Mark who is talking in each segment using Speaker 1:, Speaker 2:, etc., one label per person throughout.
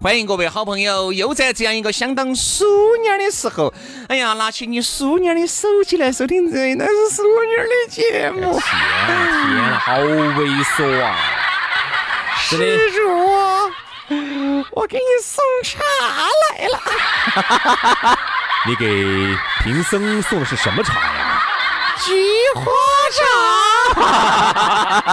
Speaker 1: 欢迎各位好朋友，又在这样一个相当淑女儿的时候，哎呀，拿起你淑女儿的手机来收听这那是淑女儿的节目。
Speaker 2: 天呐，哎好猥琐啊！真的，
Speaker 1: 施主，我给你送茶来了。
Speaker 2: 你给贫僧送的是什么茶呀？
Speaker 1: 菊花茶。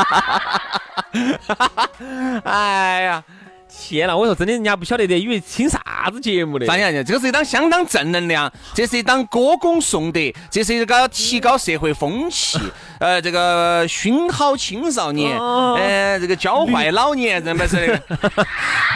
Speaker 1: 哎呀，
Speaker 2: 天呐，我说真的，人家不晓得的，以为听啥子节目的。
Speaker 1: 张先生，这个是一档相当正能量，这是一档歌功颂德，这是一个提高社会风 气，呃，这个熏好青少年，呃，这个教坏老年人，不是 的。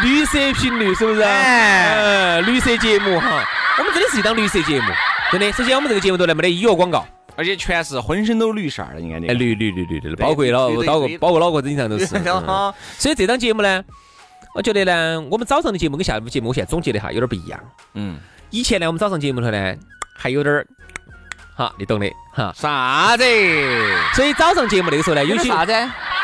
Speaker 2: 绿色频率是不是？
Speaker 1: 哎
Speaker 2: 哎，绿色节目哈，我们真的是一档绿色节目，真的。首先，我们这个节目都来没得医药广告，
Speaker 1: 而且全是浑身都绿色儿的，应该
Speaker 2: 哎，
Speaker 1: 的。
Speaker 2: 绿绿绿绿绿的，包括脑
Speaker 1: 对对
Speaker 2: 包括
Speaker 1: 对
Speaker 2: 包括脑壳子以上 都 是。
Speaker 1: 然
Speaker 2: 嗯
Speaker 1: 后
Speaker 2: 所以这档节目呢，我觉得呢，我们早上的节目跟下午节目，我现在总结了一下，有点不一样。
Speaker 1: 嗯，
Speaker 2: 以前呢，我们早上节目里头呢，还有点儿，哈，你懂的哈。
Speaker 1: 啥子？
Speaker 2: 所以早上节目那个时候呢，有些
Speaker 1: 子？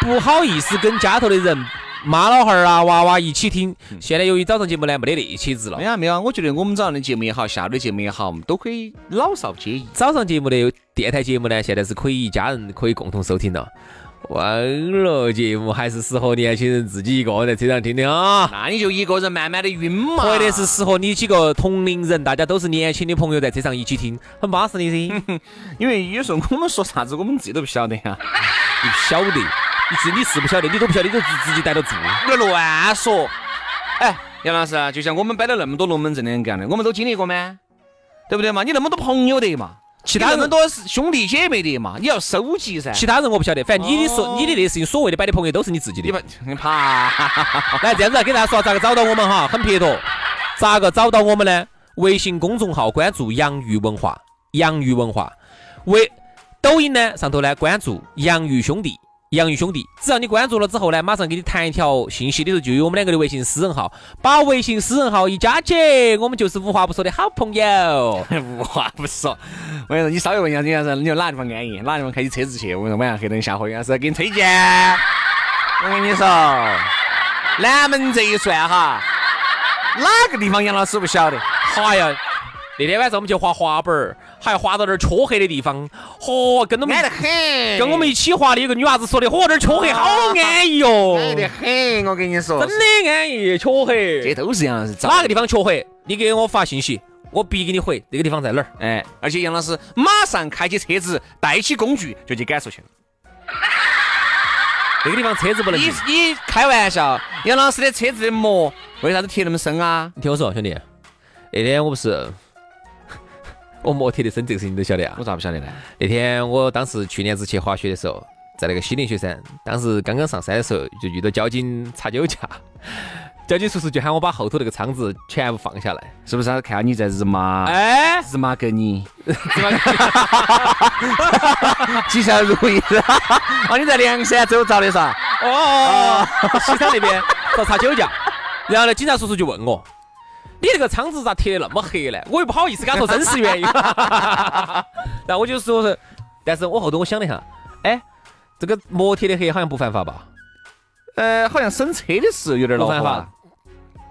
Speaker 2: 不好意思跟家头的人妈老汉儿啊、娃娃一起听。现在由于早上节目呢没得那些子了
Speaker 1: 没，哎有没有，我觉得我们早上的节目也好，下午的节目也好，我们都可以老少皆宜。
Speaker 2: 早上节目的电台节目呢，现在是可以一家人可以共同收听了。网络节目还是适合年轻人自己一个人在车上听的啊，
Speaker 1: 那你就一个人慢慢的晕嘛。
Speaker 2: 或者是适合你几个同龄人，大家都是年轻的朋友在车上一起听，很巴适的噻。
Speaker 1: 因为有时候我们说啥子，我们自己都不晓得啊呀、
Speaker 2: 你不晓得，你自你是不晓得，你都不晓得，你就自自己逮到住。
Speaker 1: 不要乱说。哎，杨老师啊，就像我们摆了那么多龙门阵的人干的，我们都经历过吗？对不对嘛？你那么多朋友的嘛，
Speaker 2: 其他
Speaker 1: 你那么
Speaker 2: 人
Speaker 1: 多兄弟姐妹的嘛，你要收集噻。
Speaker 2: 其他人我不晓得，反正你的
Speaker 1: 哦
Speaker 2: 说你的那事情，所谓的摆的朋友都是你自己的
Speaker 1: 你。们你怕？
Speaker 2: 来这样子啊，给大家说咋个找到我们哈，很撇脱。咋个找到我们呢？微信公众号关注“洋芋文化”，洋芋文化。微抖音呢上头呢关注“洋芋兄弟”，洋芋兄弟。只要你关注了之后呢，马上给你弹一条信息，里头就有我们两个的微信私人号，把微信私人号一加起，我们就是无话不说的好朋友。
Speaker 1: 哎无话不说，我跟你说，你稍微问一下人家是，你就哪地方安逸，哪地方开起车子去。我跟你说，晚上黑灯瞎火，杨老师给你推荐。我跟你说，南门这一串哈，哪个地方杨老师不晓得？
Speaker 2: 哎呀，那天晚上我们去滑滑板儿，还滑到点儿黢黑的地方，嚯、跟我们
Speaker 1: 安得很，
Speaker 2: 跟我们一起滑的有个女娃子说的，嚯、这儿黢
Speaker 1: 啊
Speaker 2: 黑好安逸
Speaker 1: 安得
Speaker 2: 哦，
Speaker 1: 很，我跟你说，
Speaker 2: 真的安逸，黢
Speaker 1: 这
Speaker 2: 黑。
Speaker 1: 都是杨老师找
Speaker 2: 哪个地方黢黑？你给我发信息，我必给你回这个地方在哪儿。
Speaker 1: 哎，而且杨老师马上开起车子，带起工具就去赶出去了。
Speaker 2: 这个地方车子不能
Speaker 1: 你
Speaker 2: 进。
Speaker 1: 你开玩笑，杨老师的车子的膜为啥子贴那么深啊？
Speaker 2: 你听我说，兄弟，那天我不是 我磨铁的深，这个事情你都晓得啊
Speaker 1: 我。咋不晓得呢？
Speaker 2: 那天我当时去年子去滑雪的时候，在那个西岭雪山，当时刚刚上山的时候就遇到交警查酒驾，交警叔叔就喊我把后头那个仓子全部放下来。
Speaker 1: 是不是他看你在日麻？
Speaker 2: 哎，
Speaker 1: 日麻给你， 吉祥如意。哦，你在梁山走遭的噻？
Speaker 2: 哦，西昌那边遭查酒驾，然后呢，警察叔叔就问我。你那个仓子咋贴的那么黑呢？我又不好意思跟他说真实原因，然后我就说是，但是我后头我想了一下，哎，这个膜贴的黑好像不犯法吧？
Speaker 1: 呃，好像审车的时候有点恼
Speaker 2: 不
Speaker 1: 火
Speaker 2: 犯
Speaker 1: 啊
Speaker 2: 法。，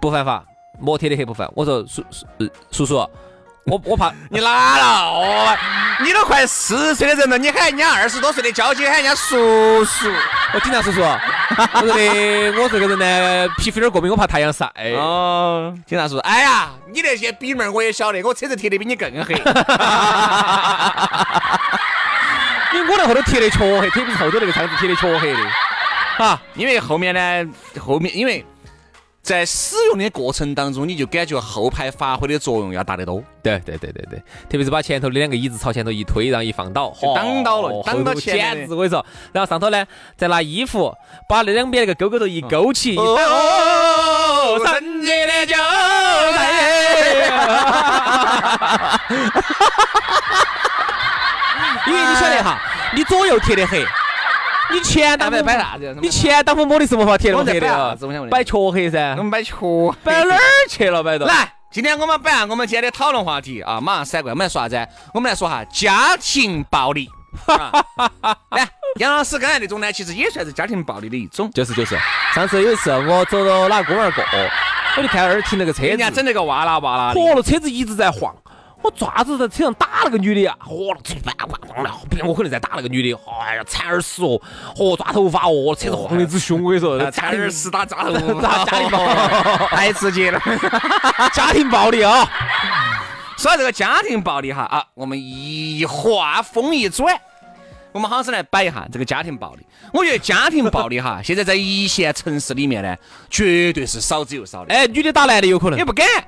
Speaker 2: 不犯法，膜贴的黑不犯。我说叔叔呃叔叔，我我怕
Speaker 1: 你哪了？哦，你都快四十岁的人了，你喊人家二十多岁的交警喊人家叔叔。
Speaker 2: 我警察叔叔，我觉得我这个人呢，皮肤有点过敏，我怕太阳晒。
Speaker 1: 哦，警察叔叔，哎呀，你那些逼门儿我也晓得，我车子贴的比你更 黑。
Speaker 2: 因为我那后头贴的黢黑，特别是后头那个窗户贴的黢黑的。啊，
Speaker 1: 因为后面呢，后面因为在使用的过程当中，你就感觉后排发挥的作用要大得多。
Speaker 2: 对对对对对，特别是把前头的两个椅子朝前头一推，然后一放倒，
Speaker 1: 就挡到了
Speaker 2: 哦
Speaker 1: 挡到
Speaker 2: 后头
Speaker 1: 前面
Speaker 2: 简直我跟你说。然后上头呢，再拿衣服把那两边那个钩钩头一勾起，一
Speaker 1: 哦
Speaker 2: 挡哦，三姐的脚哎 因为你晓得哈，你左右贴的黑，你前挡
Speaker 1: 摆
Speaker 2: 风
Speaker 1: 摆啥子？
Speaker 2: 你前挡风玻璃是没法贴那么黑的
Speaker 1: 我在摆啥
Speaker 2: 啊
Speaker 1: 子我想问，你
Speaker 2: 摆黢黑噻
Speaker 1: 我，们摆球，
Speaker 2: 摆哪儿去了？摆到
Speaker 1: 来，今天我们摆下我们今天的讨论话题啊，马上闪过来，我们来说啥子？我们来说哈家庭暴 力。啊来，杨老师刚才那种呢，其实也算是家庭暴力的一种。
Speaker 2: 就是就是，上次有一次我走到哪个公园儿过，我就看到那儿停了个车
Speaker 1: 人家
Speaker 2: 子，
Speaker 1: 整那个哇啦哇啦的，
Speaker 2: 嚯，那车子一直在晃。我爪子在车上打那个女的呀，嚯，哇哇哇了，不行，我可能在打那个女的，哎呀，铲耳屎哦，嚯，抓头发哦，车子晃得之凶，我跟你说，，
Speaker 1: 啊差点死打扎 头
Speaker 2: 打家 里暴
Speaker 1: 太直接 了。
Speaker 2: 家庭暴力啊，
Speaker 1: 说到这个家庭暴力哈啊，我们一话锋一转，我们好生来摆一下这个家庭暴力。我觉得家庭暴力哈，现在在一线城市里面呢，绝对是少之又少的，
Speaker 2: 哎，女的打男的有可能
Speaker 1: 也，不敢。
Speaker 2: 嗯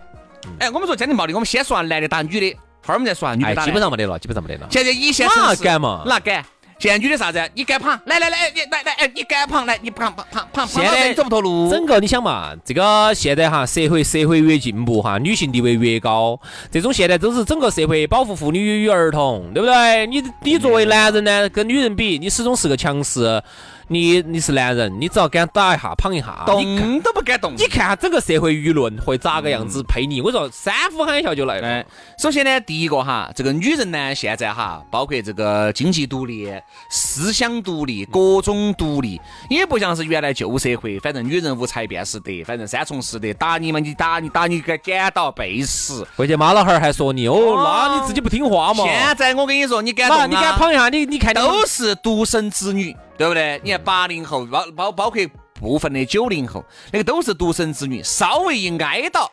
Speaker 1: 哎，我们说家庭暴力，我们先说下男的打女的，后儿我们再说下女的
Speaker 2: 哎，
Speaker 1: 打
Speaker 2: 基本上
Speaker 1: 男的。
Speaker 2: 没得了，基本上没得了，
Speaker 1: 现在一线城市
Speaker 2: 那敢嘛
Speaker 1: 那敢。现在女的啥子？你敢胖？来来来，你来来，哎，你敢胖？来，你胖胖胖胖胖
Speaker 2: 现
Speaker 1: 到这
Speaker 2: 在
Speaker 1: 你走不脱路。
Speaker 2: 整个你想嘛，这个现在哈，社会社会越进步哈，女性地位越高，这种现在都是整个社会保护妇女与儿童，对不对？你你作为男人呢，跟女人比，你始终是个强势，你你是男人，你只要敢打一下、胖一下，你看
Speaker 1: 动都不敢动。
Speaker 2: 你看整个社会舆论会咋个样子配你？我说三呼喊一下就来了
Speaker 1: 哎。，首先呢，第一个哈，这个女人呢，现在哈，包括这个经济独立、思想独立、各种独立，也不像是原来旧社会，反正女人无才便是德，反正三从四德，打你嘛，你打你打你该捡到背死。
Speaker 2: 回去妈老汉儿还说你哦，那你自己不听话嘛？
Speaker 1: 现在我跟你说，你敢动
Speaker 2: 妈，
Speaker 1: 啊
Speaker 2: 你敢胖一下，你哎你看你
Speaker 1: 都是独生子女，对不对？你看八零后，包包包括部分的九零后，那个都是独生子女，稍微一挨 到，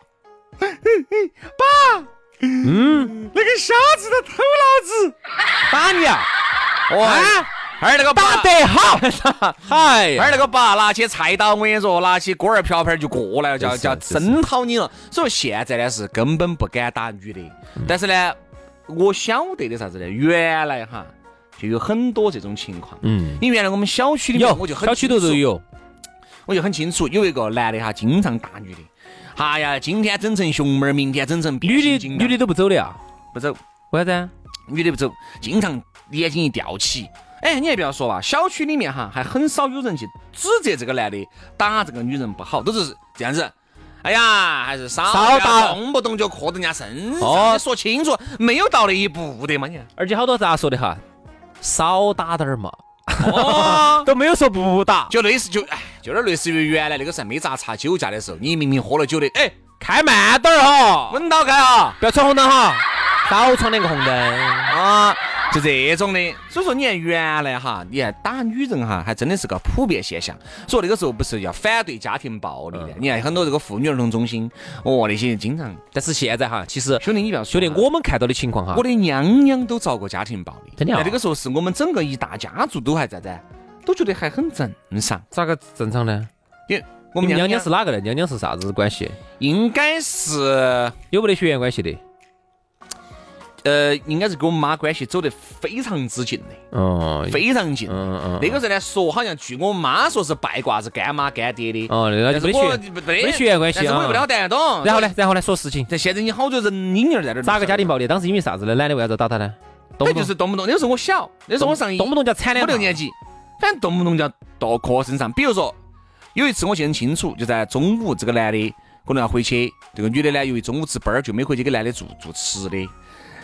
Speaker 1: 爸，嗯，那个瞎子他偷 老子，
Speaker 2: 打你啊！
Speaker 1: 哇
Speaker 2: 啊，
Speaker 1: 二那个爸
Speaker 2: 打得好，嗨呀
Speaker 1: 二那个爸拿起菜刀，我跟你说，拿起锅儿瓢盆就过来了，叫
Speaker 2: 真是
Speaker 1: 叫
Speaker 2: 真是
Speaker 1: 征讨你了。所以现在呢是根本不敢打女的，但是呢，我晓得的啥子呢？原来哈就有很多这种情况。
Speaker 2: 嗯，
Speaker 1: 因为原来我们小区里面，我
Speaker 2: 有
Speaker 1: 就很
Speaker 2: 小区头
Speaker 1: 清
Speaker 2: 都
Speaker 1: 楚，
Speaker 2: 有。
Speaker 1: 我就很清楚，有一个男的哈，经常打女的。哎呀，今天整成熊猫儿，明天整成变
Speaker 2: 女
Speaker 1: 形
Speaker 2: 的
Speaker 1: 金
Speaker 2: 女
Speaker 1: 刚
Speaker 2: 的都不走的啊？
Speaker 1: 不走，
Speaker 2: 为啥子啊？
Speaker 1: 女的不走，经常眼睛一吊起。哎，你还不要说吧，小区里面哈还很少有人去指责这个男的打这个女人不好，都是这样子。哎呀，还是少
Speaker 2: 少
Speaker 1: 不要
Speaker 2: 打
Speaker 1: 动不动就磕人家身上，
Speaker 2: 哦
Speaker 1: 你说清楚，没有到那一步的 嘛你。
Speaker 2: 而且好多咋说的哈，少打点儿嘛，
Speaker 1: 哦，
Speaker 2: 都没有说不打，
Speaker 1: 就类似就哎，就有点类似于原来那个时候没咋查酒驾的时候，你明明喝了酒的，哎，
Speaker 2: 开慢点儿哈，
Speaker 1: 稳到开啊。
Speaker 2: 不要闯红灯哈，少闯两个红灯。
Speaker 1: 啊，就这种的。所以说，你看原来哈，你看打女人哈，还真的是个普遍现象。所以那个时候不是要反对家庭暴力的？你看很多这个妇女儿童中心，哦，那些人经常，
Speaker 2: 但是现在哈，其实
Speaker 1: 兄弟你不要说
Speaker 2: 兄弟
Speaker 1: 啊
Speaker 2: 我们看到的情况哈
Speaker 1: 我，的娘娘都遭过家庭暴力，
Speaker 2: 真的啊
Speaker 1: 那那个时候是我们整个一大家族都还在在，都觉得还很正常。
Speaker 2: 咋个正常呢？
Speaker 1: 因为我
Speaker 2: 我
Speaker 1: 们
Speaker 2: 们娘
Speaker 1: 娘娘
Speaker 2: 娘是哪个呢？娘娘是啥子关系？
Speaker 1: 应该是，
Speaker 2: 有没得血缘关系的？
Speaker 1: 呃，应该是跟我妈关系走得非常之近的，
Speaker 2: 哦，
Speaker 1: 非常近。
Speaker 2: 嗯嗯
Speaker 1: 那个时候呢，说好像据我妈说是拜卦是干妈干爹的，
Speaker 2: 哦，那
Speaker 1: 但
Speaker 2: 就是没
Speaker 1: 我
Speaker 2: 得血。没血缘关系
Speaker 1: 但是我
Speaker 2: 啊
Speaker 1: 又不了得懂。
Speaker 2: 然后呢？？然后呢？说事情，
Speaker 1: 但现在你好多人婴儿在这儿，
Speaker 2: 咋个家庭
Speaker 1: 暴？
Speaker 2: 暴力？当时因为啥子呢？男的为啥子打他呢？动
Speaker 1: 他
Speaker 2: 不
Speaker 1: 哎就
Speaker 2: 动
Speaker 1: 是动不动，那时候我小，那时候我上一
Speaker 2: 动不动叫惨两
Speaker 1: 五六年级，反正动不动就要到课身上。比如说有一次我记得很清楚，就在中午，这个男的可能要回去，这个女的呢，由于中午值班儿就没回去给男的做做吃的，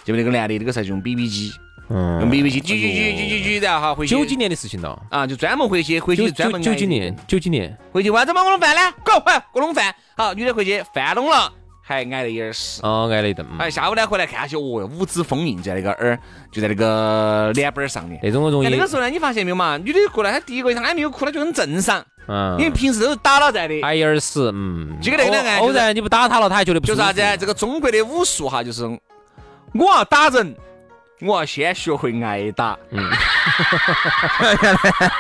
Speaker 1: 结果那个男的那个时候就用 BB 机，用
Speaker 2: 嗯，
Speaker 1: BB 机叽叽叽叽叽叽，然后哈回去
Speaker 2: 九几年的事情了，
Speaker 1: 啊就专门回去，回
Speaker 2: 九
Speaker 1: 去专
Speaker 2: 九
Speaker 1: 门
Speaker 2: 九
Speaker 1: 挨
Speaker 2: 几年，九几年。
Speaker 1: 回去为啥子没我弄饭呢？给我回来给我弄饭。好，女的回去饭弄了，还挨了一耳屎。
Speaker 2: 哦，挨了一顿。嗯
Speaker 1: 哎，下午呢回来看下去，哦，五指封印在那个耳，就在那个脸板儿上面。
Speaker 2: 那种容易
Speaker 1: 哎，那个时候呢，你发现没有嘛？女的过来，她第一个她还没有哭，她就很正常，因为
Speaker 2: 嗯，
Speaker 1: 平时都是打脑袋的。
Speaker 2: 挨一耳屎，嗯，
Speaker 1: 这个那个呢
Speaker 2: 偶
Speaker 1: 就是
Speaker 2: 然你不打他了，他还觉得不
Speaker 1: 就
Speaker 2: 舒
Speaker 1: 是
Speaker 2: 服
Speaker 1: 啥子？啊这个中国的武术哈，就是我要打人，我要先学会挨打。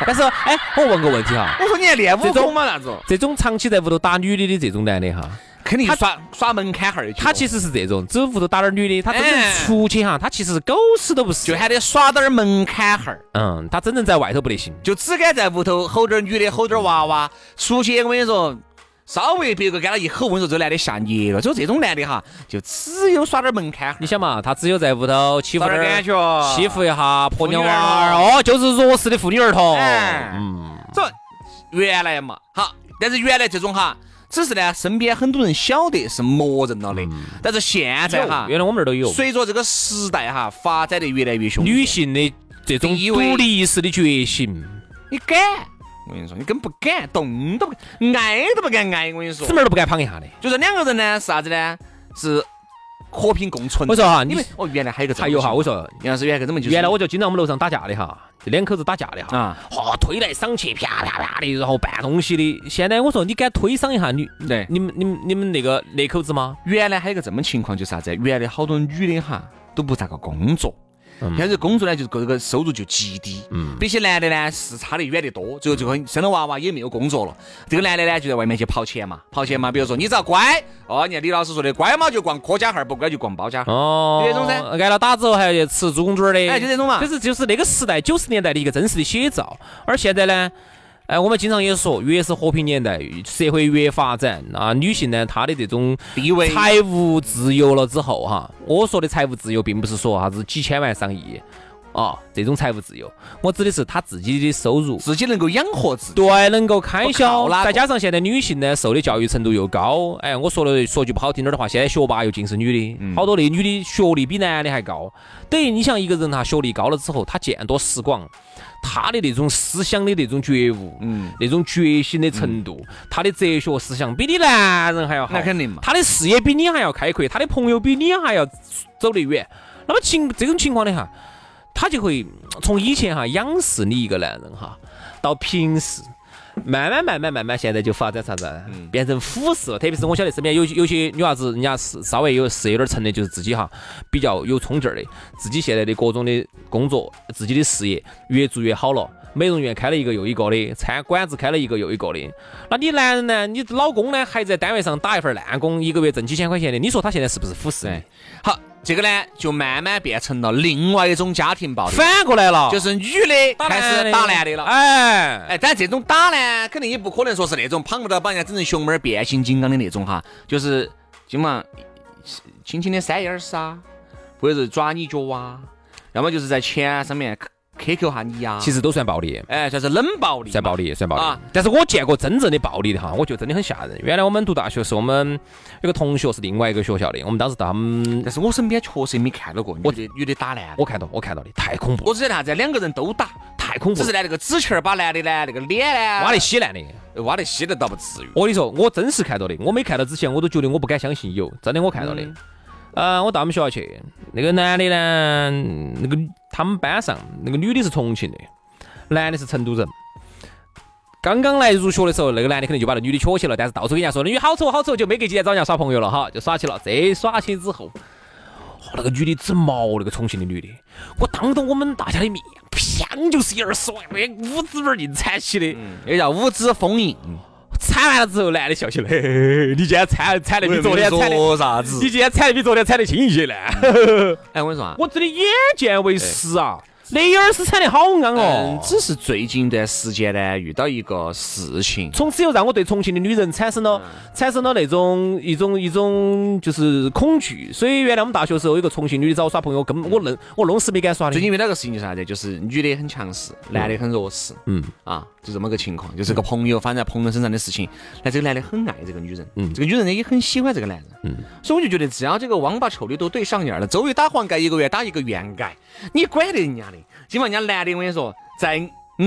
Speaker 2: 但是，哎，我问个问题哈，
Speaker 1: 我说你还练武
Speaker 2: 这
Speaker 1: 功
Speaker 2: 种
Speaker 1: 嘛？啥子？
Speaker 2: 这种长期在屋头打女的的这种男的哈，
Speaker 1: 肯定
Speaker 2: 他
Speaker 1: 耍耍门槛儿的。
Speaker 2: 他其实是这种，只屋头打点儿女的，他真正
Speaker 1: 哎
Speaker 2: 出去哈，他其实狗屎都不是，
Speaker 1: 就喊的耍点儿门槛儿。
Speaker 2: 嗯，他真正在外头不得行。
Speaker 1: 就只敢在屋头吼点儿女的，吼点儿娃娃。出去我跟你说，稍微别个给他一吼，我跟你说这男的吓尿了。所以这种男的哈，就只有耍点儿门槛儿，
Speaker 2: 你想嘛，他只有在屋头欺负
Speaker 1: 耍点儿
Speaker 2: 点儿，
Speaker 1: 感觉，哦
Speaker 2: 欺负一下婆娘娃儿，
Speaker 1: 妇女儿
Speaker 2: 哦，就是弱势的妇女儿童。
Speaker 1: 哎
Speaker 2: 嗯，
Speaker 1: 这原来嘛，好，但是原来这种哈，只是呢，身边很多人晓得是默认了的，但是现在哈
Speaker 2: 嗯有，原来我们这儿都有。
Speaker 1: 随着这个时代哈发展的越来越凶，
Speaker 2: 女性的这种
Speaker 1: 第一位
Speaker 2: 独立意识的觉醒，
Speaker 1: 你敢？我跟你说，你根本不敢，动都不敢，挨都不敢挨。我跟你说
Speaker 2: 指，门儿都不敢搪一下的。
Speaker 1: 就是两个人呢是啥子呢？是和平共存。
Speaker 2: 我说哈，
Speaker 1: 因
Speaker 2: 你
Speaker 1: 为哦，原来还有个
Speaker 2: 还有哈，我
Speaker 1: 说
Speaker 2: 说
Speaker 1: 杨老师原来根本就是
Speaker 2: 原来我就经常我们楼上打架的哈，这两口子打架的哈，
Speaker 1: 啊，
Speaker 2: 哦，推来搡去，啪啪啪的，然后搬东西的。现在我说你敢推搡一下女，
Speaker 1: 对，
Speaker 2: 你们你们你们那个那口子吗？
Speaker 1: 原来还有个这么情况就是啥子？原来好多女的哈都不咋个工作，开始工作呢就这个收入就极低，
Speaker 2: 嗯
Speaker 1: 比起男的呢是差得远得多。最后最后生了娃娃也没有工作了，这个男的呢就在外面去跑钱嘛，跑钱嘛，
Speaker 2: 嗯
Speaker 1: 比如说你只要乖哦，你看李老师说的乖嘛就逛柯家巷，不乖就逛包家巷。
Speaker 2: 哦，
Speaker 1: 这种噻
Speaker 2: 挨了打之后还要去吃猪公嘴儿的，
Speaker 1: 哎就这种嘛
Speaker 2: 这是就是那个时代九十年代的一个真实的写照。而现在呢，哎，我们经常也说，越是和平年代，社会越发展啊，女性呢，她的这种
Speaker 1: 地位
Speaker 2: 财务自由了之后哈，我说的财务自由，并不是说啥子几千万上亿啊这种财务自由，我指的是她自己的收入。
Speaker 1: 自己能够养活自己，
Speaker 2: 对，能够开
Speaker 1: 不靠
Speaker 2: 销，
Speaker 1: 哪个
Speaker 2: 再加上现在女性呢受的教育程度又高，哎，我说了说句不好听点儿的话，现在学霸又尽是女的，好多那女的学历比男的还高，等于你像一个人哈，学历高了之后，他见多识广，他的那种思想的那种觉悟，
Speaker 1: 嗯，
Speaker 2: 那种觉醒的程度，他的哲学思想比你男人还要好，
Speaker 1: 那肯定嘛
Speaker 2: 他的视野比你还要开阔，他的朋友比你还要走得远。那么情这种情况的哈，他就会嗯从以前哈仰视你一个男人哈，到平视。慢慢慢慢慢慢，现在就发展啥子啊，变成俯视了。特别是我晓得身边有有些女娃子，人家是稍微有事业有点成的，就是自己哈比较有冲劲儿的，自己现在的各种的工作、自己的事业越做越好了。美容院开了一个又一个的，餐馆子开了一个又一个的。那你男人呢？你老公呢？还在单位上打一份烂工，一个月挣几千块钱的。你说他现在是不是俯视你
Speaker 1: 对？好，这个呢就慢慢变成了另外一种家庭暴力，
Speaker 2: 反过来了，
Speaker 1: 就是女的
Speaker 2: 打
Speaker 1: 开
Speaker 2: 男
Speaker 1: 始打男的了。
Speaker 2: 哎
Speaker 1: 哎，但这种打呢，肯定也不可能说是那种胖不到把人家整成熊猫儿变形金刚的那种哈，就是基本上轻轻的扇一耳屎啊，或者是抓你脚啊，要么就是在钱上面 QQ 下你呀、
Speaker 2: 其
Speaker 1: 实，
Speaker 2: 实都算暴力，
Speaker 1: 哎，算是冷暴力嘛，
Speaker 2: 算暴力，算暴力。
Speaker 1: 啊
Speaker 2: 但是我见过真正的暴力的哈，我觉得真的很吓人。原来我们读大学时，我们有个同学是另外一个学校的，我们当时到他们，
Speaker 1: 但是我身边确实也没看到过女的女的打男的，
Speaker 2: 我看到我看到的，太恐怖了，
Speaker 1: 我只晓得啥子，两个人都打，
Speaker 2: 太恐怖
Speaker 1: 只是
Speaker 2: 了，
Speaker 1: 呢那个纸钱儿把男的呢那个脸呢
Speaker 2: 挖得稀烂的。
Speaker 1: 呃挖得稀的倒不至于，
Speaker 2: 我跟你说，我真是看到的，我没看到之前，我都觉得我不敢相信有，真的我看到的。呃，我到我们学校去，那个男的呢，那个他们班上那个女的是重庆的，男的是成都人。刚刚来入学的时候，那个男的肯定就把那女的撮起了，但是到处跟人家说那女好丑好丑，就没隔几天找人家耍朋友了哈，就耍起了。这耍起之后，哦那个女的整毛，那个重庆的女的，我当着我们大家的面，砰就是一耳屎，那五指门儿硬铲起的。
Speaker 1: 那嗯叫五指封印。
Speaker 2: 铲完了之后，男的笑起来，嘿嘿嘿你今天铲铲的比昨天铲的，
Speaker 1: 啥
Speaker 2: 你今天铲的比昨天铲的轻一些呢。
Speaker 1: 哎，我跟你说啊，
Speaker 2: 我真的眼见为
Speaker 1: 哎
Speaker 2: 实啊，那耳屎铲的好安
Speaker 1: 嗯
Speaker 2: 哦，。
Speaker 1: 只是最近一段时间呢，遇到一个事情，
Speaker 2: 从此又让我对重庆的女人产生了
Speaker 1: 嗯
Speaker 2: 产生了那种一种一种就是恐惧，所以原来我们大学时候有一个重庆女的找我耍朋友，根本我愣我弄死没敢耍的
Speaker 1: 最。近遇到个事情就是啥子，就是女的很强势，男的很弱势，
Speaker 2: 嗯，
Speaker 1: 啊，就这么个情况，就是个朋友发生在朋友身上的事情。那这个男的很爱这个女人，嗯，这个女人呢也很喜欢这个男人，嗯，所以我就觉得，只要这个王八臭的都对上眼了，周围打黄盖一个月打一个圆盖，你管得人家的？起码人家男的，我跟你说，在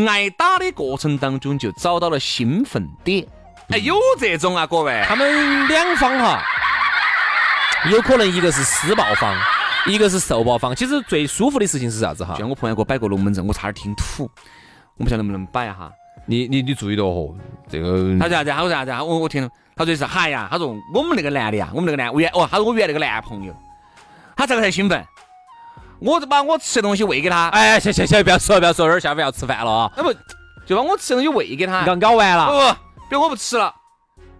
Speaker 1: 挨打的过程当中就找到了兴奋点。哎，有这种啊，各位，
Speaker 2: 他们两方哈，有可能一个是施暴方，一个是受暴方。其实最舒服的事情是啥子哈
Speaker 1: 就？像我朋友给我摆过龙门阵，我差点听吐，我不晓得能不能摆哈。
Speaker 2: 你你你注意到哦，这个
Speaker 1: 他说啥子？他说啥子？啊我我听了，他说是嗨呀，他说我们那个男的呀，我们那个男我原哦，他说我原来那个男朋友，他这个才兴奋，我就把我吃的东西喂给他，
Speaker 2: 哎，行行行，不要说了不要说了，等会儿下午要吃饭了啊！
Speaker 1: 那不就把我吃的东西喂给他
Speaker 2: 你？刚搞完
Speaker 1: 不
Speaker 2: 了，
Speaker 1: 不，比如我不吃了，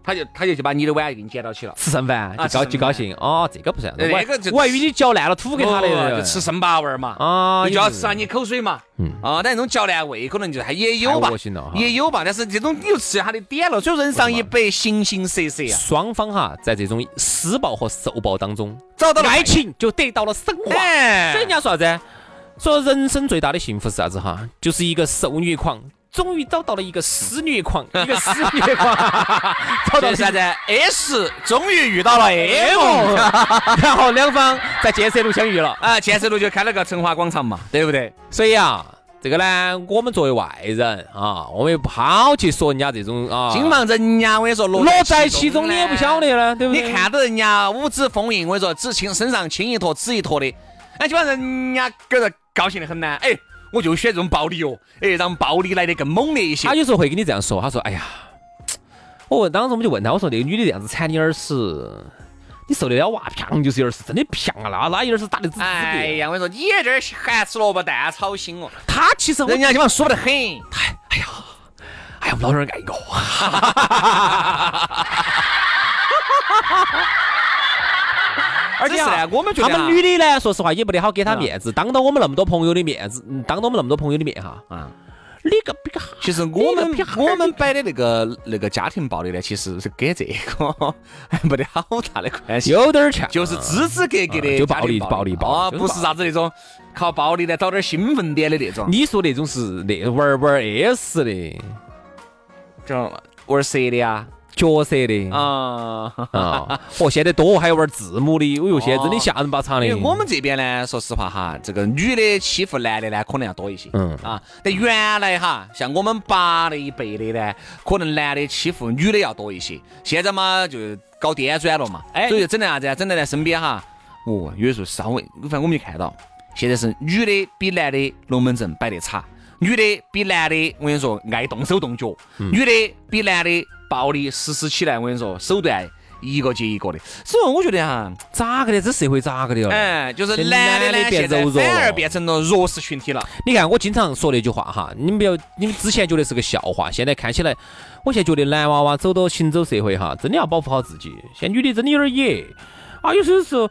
Speaker 1: 他就他就去把你的碗就给你捡到起了，
Speaker 2: 吃剩饭就高
Speaker 1: 啊吃剩饭
Speaker 2: 就高兴哦，这个不是，
Speaker 1: 哎
Speaker 2: 我
Speaker 1: 那个就
Speaker 2: 我还以为你嚼烂了吐给他
Speaker 1: 哦
Speaker 2: 的，
Speaker 1: 就吃生八碗嘛。
Speaker 2: 啊，
Speaker 1: 你就要
Speaker 2: 也是
Speaker 1: 吃下你口水嘛，
Speaker 2: 嗯
Speaker 1: 啊，但那种嚼烂胃可能就还也有吧
Speaker 2: 太恶哎心了啊哈，
Speaker 1: 也有吧，但是这种你又吃下他的点了，所以人上一百，形形色色啊，
Speaker 2: 双方哈，在这种施暴和受暴当中，
Speaker 1: 找到了
Speaker 2: 爱情就得到了升华。
Speaker 1: 哎
Speaker 2: 所以人家说啥子？说人生最大的幸福是啥子哈？就是一个受虐狂，终于找到了一个施虐 狂，一个施虐狂，找到
Speaker 1: 这
Speaker 2: 了
Speaker 1: 是 啥子？S 终于遇到了哎 M
Speaker 2: M，然后两方在建设路相遇了。
Speaker 1: 啊，建设路就开了个成华广场嘛，对不对？
Speaker 2: 所以啊，这个呢，我们作为外人啊，我们也不好去说人家这种啊，
Speaker 1: 金忙人家我跟你说，
Speaker 2: 乐在其中，你也不晓得。呢，对不
Speaker 1: 你
Speaker 2: 对？
Speaker 1: 看到人家五指丰盈，我跟你说，只轻身上轻一坨紫一坨的，哎，基本上人家搞得高兴的很呢。哎，我就选这种暴力哦，哎，让暴力来得更猛烈一些
Speaker 2: 他。有时候会跟你这样说，他说：“哎呀，我问当时我们就问他，我说那个女的这样子铲你耳屎，你受得了哇？啪就是一耳屎，真的啪啊，那那一耳屎打得直直
Speaker 1: 哎
Speaker 2: 的。
Speaker 1: 呀，我跟你说，你这儿咸吃萝卜淡操心哦，
Speaker 2: 他其实我
Speaker 1: 人家基本上说得很。
Speaker 2: 哎呀，我们老人爱我。而且
Speaker 1: 只是
Speaker 2: 啊
Speaker 1: 呢，我们觉
Speaker 2: 他
Speaker 1: 得啊
Speaker 2: 们女的呢，说实话也不得好给他面子，当着我们那么多朋友的面子，嗯当着我们那么多朋友的面哈，
Speaker 1: 啊，
Speaker 2: 你个逼个
Speaker 1: 其实我们
Speaker 2: 你个屁孩
Speaker 1: 我们摆的那个那个家庭暴力呢，其实是跟这个 还没得好大的关系。
Speaker 2: 有点儿呛，
Speaker 1: 就是支支格格的
Speaker 2: 啊就暴力
Speaker 1: 家庭
Speaker 2: 暴力暴力
Speaker 1: 啊，
Speaker 2: 就是
Speaker 1: 不是啥子那种靠暴力来找点兴奋点的那种，
Speaker 2: 你说那种是那玩玩 S 的
Speaker 1: 知道吗？玩蛇的呀，
Speaker 2: 角色的
Speaker 1: 啊，
Speaker 2: 啊，哦，现在多还有玩字母的，哎呦，现在真的吓人巴场的。
Speaker 1: 因为我们这边呢，说实话哈，这个女的欺负男的呢，可能要多一些。
Speaker 2: 嗯
Speaker 1: 啊，但原来哈，像我们八那一辈的呢，可能男的欺负女的要多一些。现在嘛，就搞颠转了嘛，
Speaker 2: 哎
Speaker 1: 所以就整的啥子啊？整的呢，身边哈，哦，有的时候稍微，反正我们就看到，现在是女的比男的龙门阵摆得差，女的比男的，我跟你说爱动手动脚，
Speaker 2: 嗯
Speaker 1: 女的比男的暴力实施起来，我跟你说手段一个接一个的。所以我觉得啊哈。
Speaker 2: 咋个的？这社会咋个的了？
Speaker 1: 哎，就是
Speaker 2: 这
Speaker 1: 男
Speaker 2: 男
Speaker 1: 的呢，
Speaker 2: 的变
Speaker 1: 现在
Speaker 2: 柔弱
Speaker 1: 反而
Speaker 2: 了
Speaker 1: 变成了弱势群体了。
Speaker 2: 你看，我经常说那句话哈，你们不要，你们之前觉得是个笑话，现在看起来，我现在觉得男娃娃走到行走社会哈，真的要保护好自己。现在女的真的有点野啊，有些时候。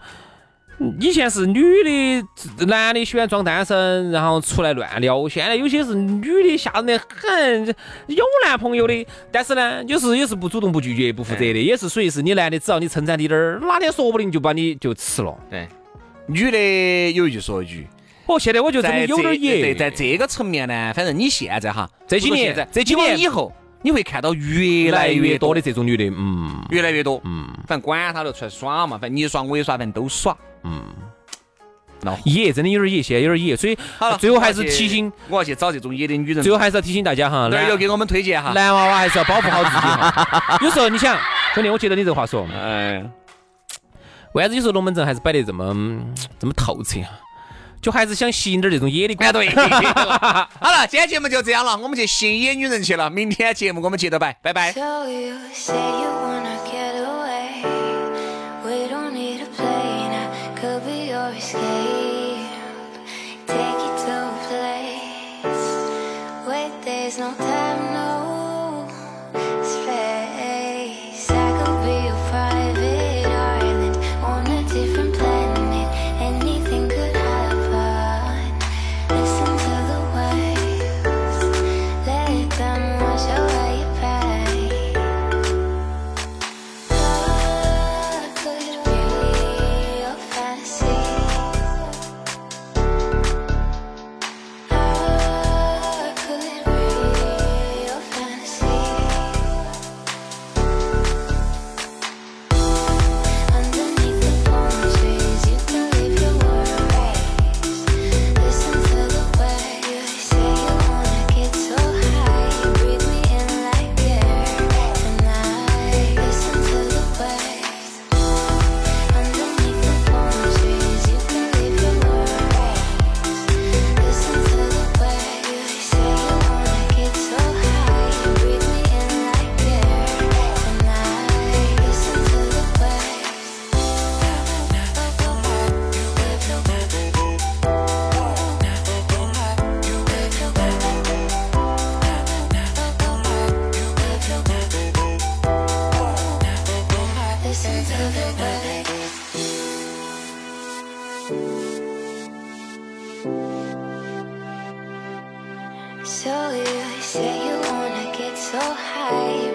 Speaker 2: 嗯以前是女的，男的喜欢装单身，然后出来乱撩。现在有些是女的吓人得很，有男朋友的，但是呢，有时也是不主动、不拒绝、不负责
Speaker 1: 哎
Speaker 2: 的，也是属于是你男的，只要你称赞你点儿，哪天说不定就把你就吃了。
Speaker 1: 对，女的有一句说一句，
Speaker 2: 哦，现在我就真的
Speaker 1: 在
Speaker 2: 有点
Speaker 1: 这
Speaker 2: 野。
Speaker 1: 对，在这个层面呢，反正你现在哈，
Speaker 2: 这几
Speaker 1: 不说
Speaker 2: 年
Speaker 1: 现在
Speaker 2: 这几
Speaker 1: 你往
Speaker 2: 年
Speaker 1: 以后，你会看到越
Speaker 2: 越
Speaker 1: 来
Speaker 2: 来
Speaker 1: 越
Speaker 2: 越
Speaker 1: 多
Speaker 2: 多
Speaker 1: 的
Speaker 2: 的，这种女的，嗯。
Speaker 1: 越来越多。
Speaker 2: 嗯
Speaker 1: 反正管他了，出来耍嘛，反正你耍我也耍，反正都耍。
Speaker 2: 嗯，
Speaker 1: 恼火
Speaker 2: 野真的有点野，现在有点野，所以
Speaker 1: 好了，
Speaker 2: 最后还
Speaker 1: 我
Speaker 2: 是
Speaker 1: 要去
Speaker 2: 提醒，，
Speaker 1: 我要去找这种野的女人。
Speaker 2: 最后还是要提醒大家哈，
Speaker 1: 哪儿
Speaker 2: 男
Speaker 1: 有给我们推荐哈？
Speaker 2: 男娃娃还是要保护好自己哈。有时候你想，兄弟，我觉得你这话说，
Speaker 1: 哎，
Speaker 2: 为啥子有时候龙门阵还是摆得这么嗯这么透彻啊？就还是想吸引点这种野的。
Speaker 1: 哎对。 好了，今天节目就这样了，我们去吸引野女人去了。明天节目我们接着摆，拜拜。
Speaker 3: So you say you wanna get away. We don't need a plane, I could be your escape. Take you to a place where there's no time, no space. I could be your private island on a different planet. Anything could happen. Listen to the waves. Let them wash away your pain. I could be your fantasy. I could be So you say you wanna get so high,